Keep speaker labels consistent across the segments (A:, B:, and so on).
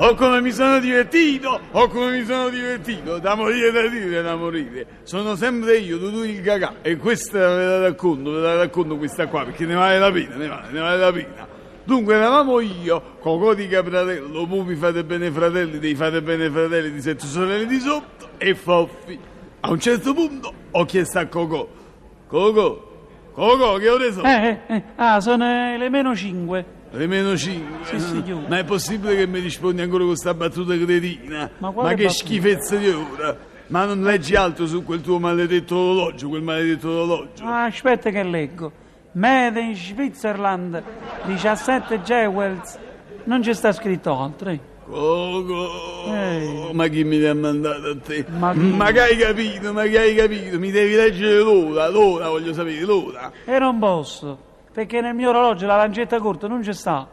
A: Oh come mi sono divertito, oh come mi sono divertito, da morire da dire, da morire. Sono sempre io, Dudu il cagà, e questa ve la racconto, ve la racconto questa qua, perché ne vale la pena, ne vale, ne vale la pena. Dunque eravamo io, Cocò di Capratello, Pupi fate bene fratelli, dei fate bene fratelli di Sette Sorelle di Sotto e Foffi. A un certo punto ho chiesto a Cocò, Cocò, Cocò che ore sono?
B: Eh, eh, eh. ah, sono eh, le meno 5.
A: Le meno 5.
B: Sì, signore.
A: Ma è possibile che mi rispondi ancora con questa battuta cretina?
B: Ma
A: Ma,
B: quale
A: che
B: battuta?
A: schifezza di ora! Ma non leggi altro su quel tuo maledetto orologio, quel maledetto orologio.
B: Ah, aspetta che leggo. Made in Switzerland, 17 Jewels. Non ci sta scritto altro. eh.
A: Coco,
B: Ehi.
A: ma chi mi ti ha mandato a te?
B: Ma chi?
A: che hai capito, ma che hai capito? Mi devi leggere l'ora, l'ora voglio sapere, l'ora.
B: E non posso, perché nel mio orologio la lancetta corta non ci sta.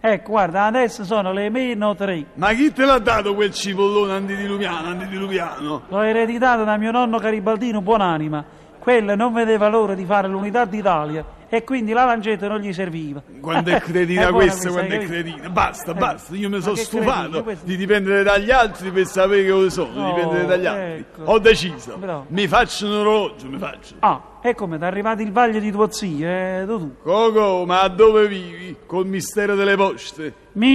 B: Ecco, guarda, adesso sono le meno 3.
A: Ma chi te l'ha dato quel cipollone antidiluviano, antidiluviano?
B: L'ho ereditata da mio nonno Garibaldino Buonanima. Quello non vedeva l'ora di fare l'unità d'Italia e quindi la lancetta non gli serviva.
A: Quando è cretina
B: Eh, buona
A: questa,
B: questa,
A: quando
B: hai
A: è
B: capito?
A: cretina. Basta, basta, io mi
B: Eh, ma
A: sono
B: che cretina,
A: stufato
B: questo-
A: di dipendere dagli altri per sapere che ore sono,
B: Oh,
A: dipendere dagli altri.
B: ecco.
A: Ho deciso,
B: Bravo.
A: mi faccio un orologio, mi faccio.
B: Ah, e come ti è arrivato il vaglio di tuo zio, eh, tu?
A: Coco, ma dove vivi? Col mistero delle poste?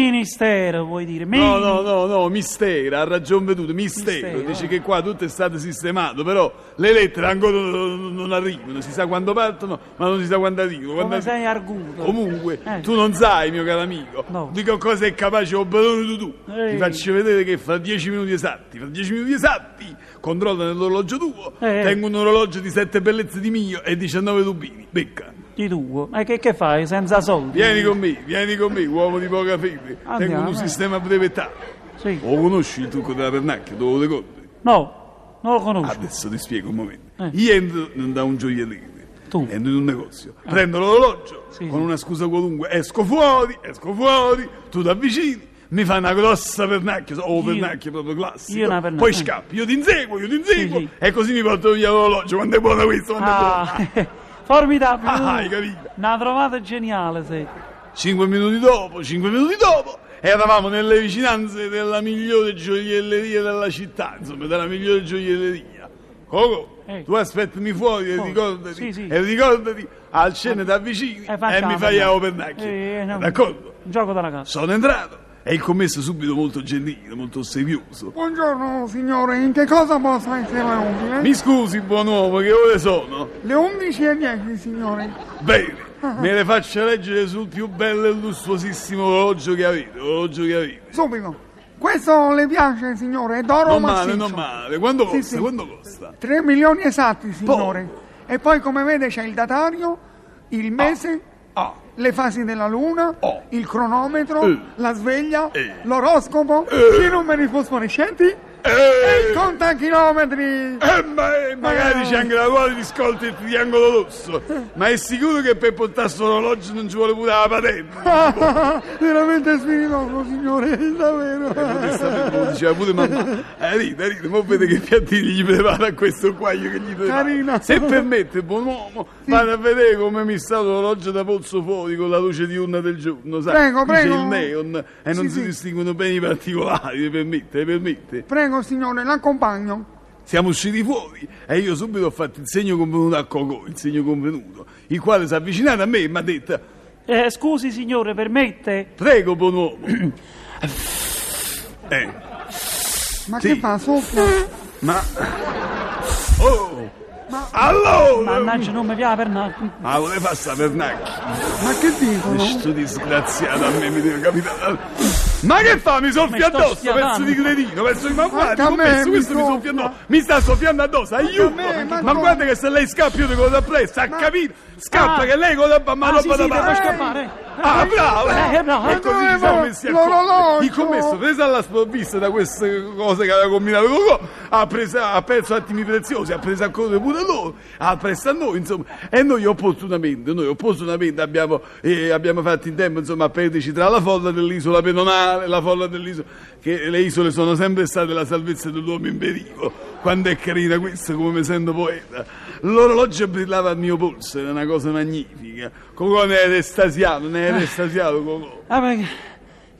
B: Ministero, vuoi dire? Mini-
A: No, no, no, no, mistero, ha ragion veduto, mistero.
B: Mistero,
A: Dice
B: eh.
A: che qua tutto è stato sistemato, però le lettere ancora non non arrivano, si sa quando partono, ma non si sa quando arrivano. quando
B: Come
A: arri-
B: sei arguto?
A: Certo. Comunque,
B: Eh.
A: tu non sai, mio caro amico,
B: No.
A: di che cosa è capace Oberone tu tu.
B: Ehi.
A: Ti faccio vedere che fra dieci minuti esatti, fra dieci minuti esatti, controlla nell'orologio tuo,
B: Eh.
A: tengo un orologio di sette bellezze di mio e 19 rubini. Becca.
B: Di tuo. Ma che, che fai senza soldi?
A: Vieni con me, vieni con me, uomo di poca fede.
B: Andiamo,
A: Tengo un
B: eh.
A: sistema brevettato.
B: Sì.
A: Lo conosci il trucco della pernacchia, dove lo ricordi?
B: No, non lo conosco.
A: Adesso ti spiego un momento.
B: Eh.
A: Io entro da un gioielliere,
B: Tu? Eh.
A: entro in un negozio, prendo l'orologio,
B: Sì,
A: con
B: sì.
A: una scusa qualunque, esco fuori, esco fuori, tu ti avvicini, mi fai una grossa pernacchia, o
B: Io-
A: pernacchia proprio classica,
B: io una pernacchia,
A: poi
B: eh.
A: scappi, io ti inseguo, io ti inseguo,
B: sì.
A: e così mi porto via l'orologio, quando è buono questo, quando è buono.
B: Ah, formidabile.
A: Ah, hai
B: tu.
A: capito.
B: Una trovata geniale, sei.
A: Cinque minuti dopo, cinque minuti dopo, eravamo nelle vicinanze della migliore gioielleria della città, insomma, della migliore gioielleria. Coco,
B: Eh.
A: tu aspettami fuori e
B: Fuori.
A: ricordati,
B: Sì, sì.
A: e ricordati, al cena ti avvicini
B: Eh,
A: e
B: facciamo,
A: mi fai a
B: facciamo.
A: opernacchio.
B: Eh, no.
A: D'accordo?
B: Un gioco dalla casa.
A: Sono entrato e il commesso subito molto gentile, molto serioso.
C: Buongiorno signore, in che cosa posso essere utile?
A: Mi scusi, buon uomo, che ore sono?
C: Le 11 e 10 signore.
A: Bene, me le faccio leggere sul più bello e lussuosissimo orologio che avete, orologio che avete.
C: Subito. Questo le piace signore, è d'oro
A: Non
C: massiccio.
A: male, non male. Quanto
C: Sì,
A: costa?
C: sì.
A: Quanto costa?
C: 3 milioni esatti signore.
A: Poco.
C: E poi come vede c'è il datario, il mese,
A: Ah,
C: le fasi della luna,
A: Oh.
C: il cronometro,
A: Eh.
C: la sveglia,
A: Eh.
C: l'oroscopo,
A: Eh.
C: i numeri fosforescenti e il
A: eh,
C: contachilometri.
A: eh, ma, eh, magari c'è anche la ruota di scolta e il triangolo rosso. Ma è sicuro che per portare sto orologio non ci vuole pure la patente?
C: Veramente spiritoso signore, davvero.
A: Eh, Lo Diceva pure mamma. Eh, ride, ride, ma vede che piattini gli prepara a questo qua io che gli preparo.
C: Carino.
A: Se permette, buon uomo, vado a vedere come mi sta l'orologio da polso fuori con la luce diurna del giorno, sai?
C: Prego,
A: Qui c'è
C: prego.
A: il neon e non
C: Sì,
A: si
C: sì.
A: distinguono bene i particolari, mi permette, mi permette.
C: Prego signore, l'accompagno.
A: Siamo usciti fuori e io subito ho fatto il segno convenuto a Cocò, il segno convenuto, il quale si è avvicinato a me e mi ha detto
B: Eh, scusi, signore, permette?
A: prego buon uomo. Eh,
C: Ma
A: Sì.
C: che fa? Soffia?
A: ma... Oh! Allora!
B: Mannaggia, non mi piace per nulla.
A: Ma vuole fare sta pernacchia?
C: Ma che dicono?
A: Sto disgraziato a me mi deve capitare. Ma che fa? Mi soffia
B: sto
A: addosso, pezzo
B: schiavando.
A: di cretino, pezzo di ma guarda,
C: a
A: ho
C: me
A: messo
C: mi
A: questo mi
C: soffia.
A: soffia addosso. Mi sta soffiando addosso, aiuto!
C: me, ma
A: Ma,
C: no.
A: guarda che se lei scappa io ti cosa appresso, ha capito? Scappa
B: Ah.
A: che lei cosa fa, ma
B: Ah,
A: roba
B: sì,
A: da
B: sì, devo
A: parte.
B: scappare.
A: Ah, bravo!
B: Eh, eh, no,
A: E così ci siamo messi a
C: L'orologio!
A: Il commesso, presa alla sprovvista da queste cose che aveva combinato Cocò, ha, presa- ha perso attimi preziosi, ha preso a correre pure loro, ha preso a noi, insomma. E noi opportunamente, noi opportunamente abbiamo, eh, abbiamo fatto in tempo, insomma, a perderci tra la folla dell'isola pedonale, la folla dell'isola... Che le isole sono sempre state la salvezza dell'uomo in pericolo. Quando è carina questa, come mi sento poeta. L'orologio brillava al mio polso, era una cosa magnifica. Cocò ne era estasiato, ne era estasiato Cocò.
B: Ah, ma che,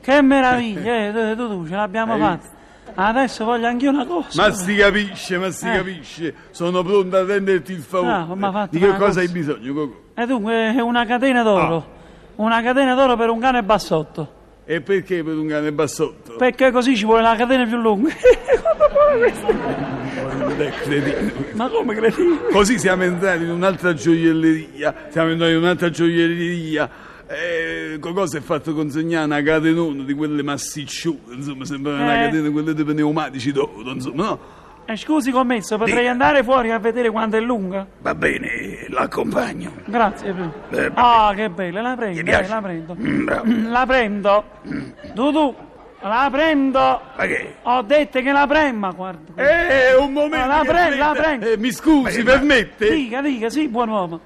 B: che meraviglia, eh, tu, tu- tu, ce l'abbiamo
A: Hai
B: fatta. Adesso voglio anch'io una cosa.
A: Ma si capisce, ma si
B: Eh.
A: capisce. Sono pronto a renderti il
B: Bravo, ma
A: favore.
B: fatto
A: Di che
B: una
A: cosa hai
B: cosa.
A: bisogno, Coco?
B: E Eh, dunque, è una catena d'oro.
A: Ah.
B: Una catena d'oro per un cane bassotto.
A: E perché per un cane bassotto?
B: Perché così ci vuole la catena più lunga.
A: Non è credibile.
B: ma come credi?
A: Così siamo entrati in un'altra gioielleria. Siamo entrati in un'altra gioielleria. Eh, Cocò si è fatto consegnare una catenona di quelle massicciute, insomma, sembra una
B: Eh.
A: catena di quelle dei pneumatici d'oro, insomma, no?
B: Eh, scusi, commesso, potrei andare fuori a vedere quanto è lunga?
A: Va bene, l'accompagno.
B: Grazie.
A: Eh,
B: Ah, che bella, la prendo,
A: Ti piace?
B: eh, la prendo.
A: Mm, bravo.
B: La prendo. Dudu, la prendo.
A: Ma che?
B: Ho detto che la prendo, ma guarda.
A: Eh, un momento.
B: Ma la
A: che
B: prendo, la
A: aspetta.
B: prendo.
A: Eh, mi scusi, permette?
B: Dica, dica, sì, buon uomo.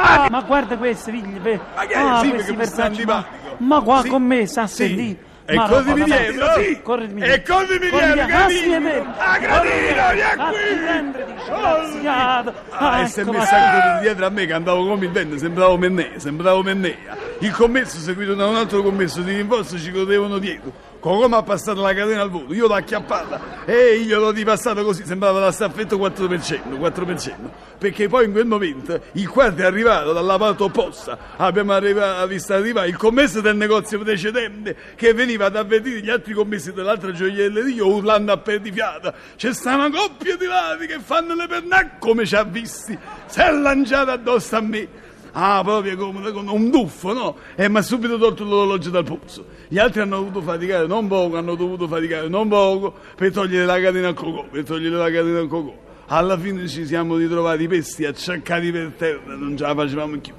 B: Ah, ma guarda questi figli. Pe...
A: Ma che-
B: ah,
A: sì,
B: questi
A: perché mi sta
B: personaggi, ma-
A: antipatico.
B: Ma qua
A: Sì.
B: con me sta a
A: Sì.
B: sentire.
A: E
B: Ma
A: corrimi
B: no, ma-
A: dietro, sì.
B: Corrimi
A: E
B: dietro.
A: corrimi dietro,
B: Ah, sì, è
A: gradino.
B: vero.
A: Ah, gradino,
B: Corrimi
A: vieni
B: dietro.
A: qui.
B: Ah, prenditi,
A: Corri.
B: disgraziato.
A: Ah, e si è
B: ecco,
A: messa
B: ma-
A: a correre dietro a me che andavo come il vento, sembravo Mennea, sembravo Mennea. Il commesso seguito da un altro commesso di rimborso ci correvano dietro. Cocò mi ha passato la catena al volo, io l'ho acchiappata e io l'ho ripassato così, sembrava la staffetta 4%, 4%, perché poi in quel momento il quarto è arrivato dalla parte opposta, abbiamo arriva- visto arrivare il commesso del negozio precedente che veniva ad avvertire gli altri commessi dell'altra gioielleria urlando a perdifiata, c'è sta una coppia di ladri che fanno le pernacche come ci ha visti, si è lanciata addosso a me. Ah, proprio come con un duffo, no? E mi ha subito tolto l'orologio dal polso. Gli altri hanno dovuto faticare non poco, hanno dovuto faticare non poco per togliere la catena al cocò, per togliere la catena al cocò. Alla fine ci siamo ritrovati pesti acciaccati per terra, non ce la facevamo più.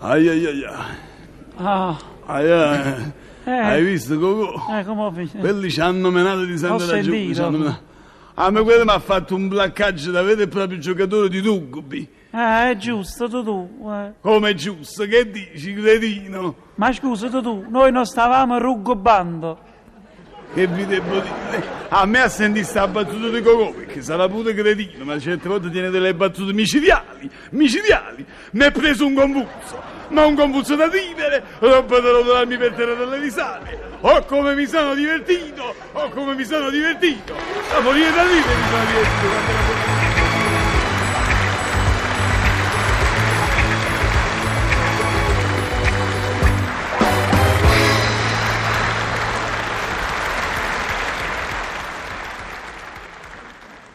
A: Ai ai ai ai.
B: Ah,
A: ai, ai.
B: Eh.
A: Hai visto cocò?
B: eh, come ho visto.
A: Quelli ci hanno menato di Santa
B: Ho
A: Ragione.
B: sentito.
A: ci hanno menato. A me quello mi ha fatto un blaccaggio da vedere proprio giocatore di rugby.
B: Eh, è giusto, tu, tu. eh.
A: Come è giusto, che dici, cretino?
B: Ma scusa, tu, tu, noi non stavamo ruggobando.
A: Che vi devo dire? A me ha sentito sta battuta di Cocò, perché sarà pure cretino, ma certe volte tiene delle battute micidiali, micidiali. Mi è preso un convulso, ma un convulso da vivere, roba da rotolarmi per terra dalle risate. Oh come mi sono divertito, oh come mi sono divertito. La morire da vivere mi sono divertito quando ero bambino.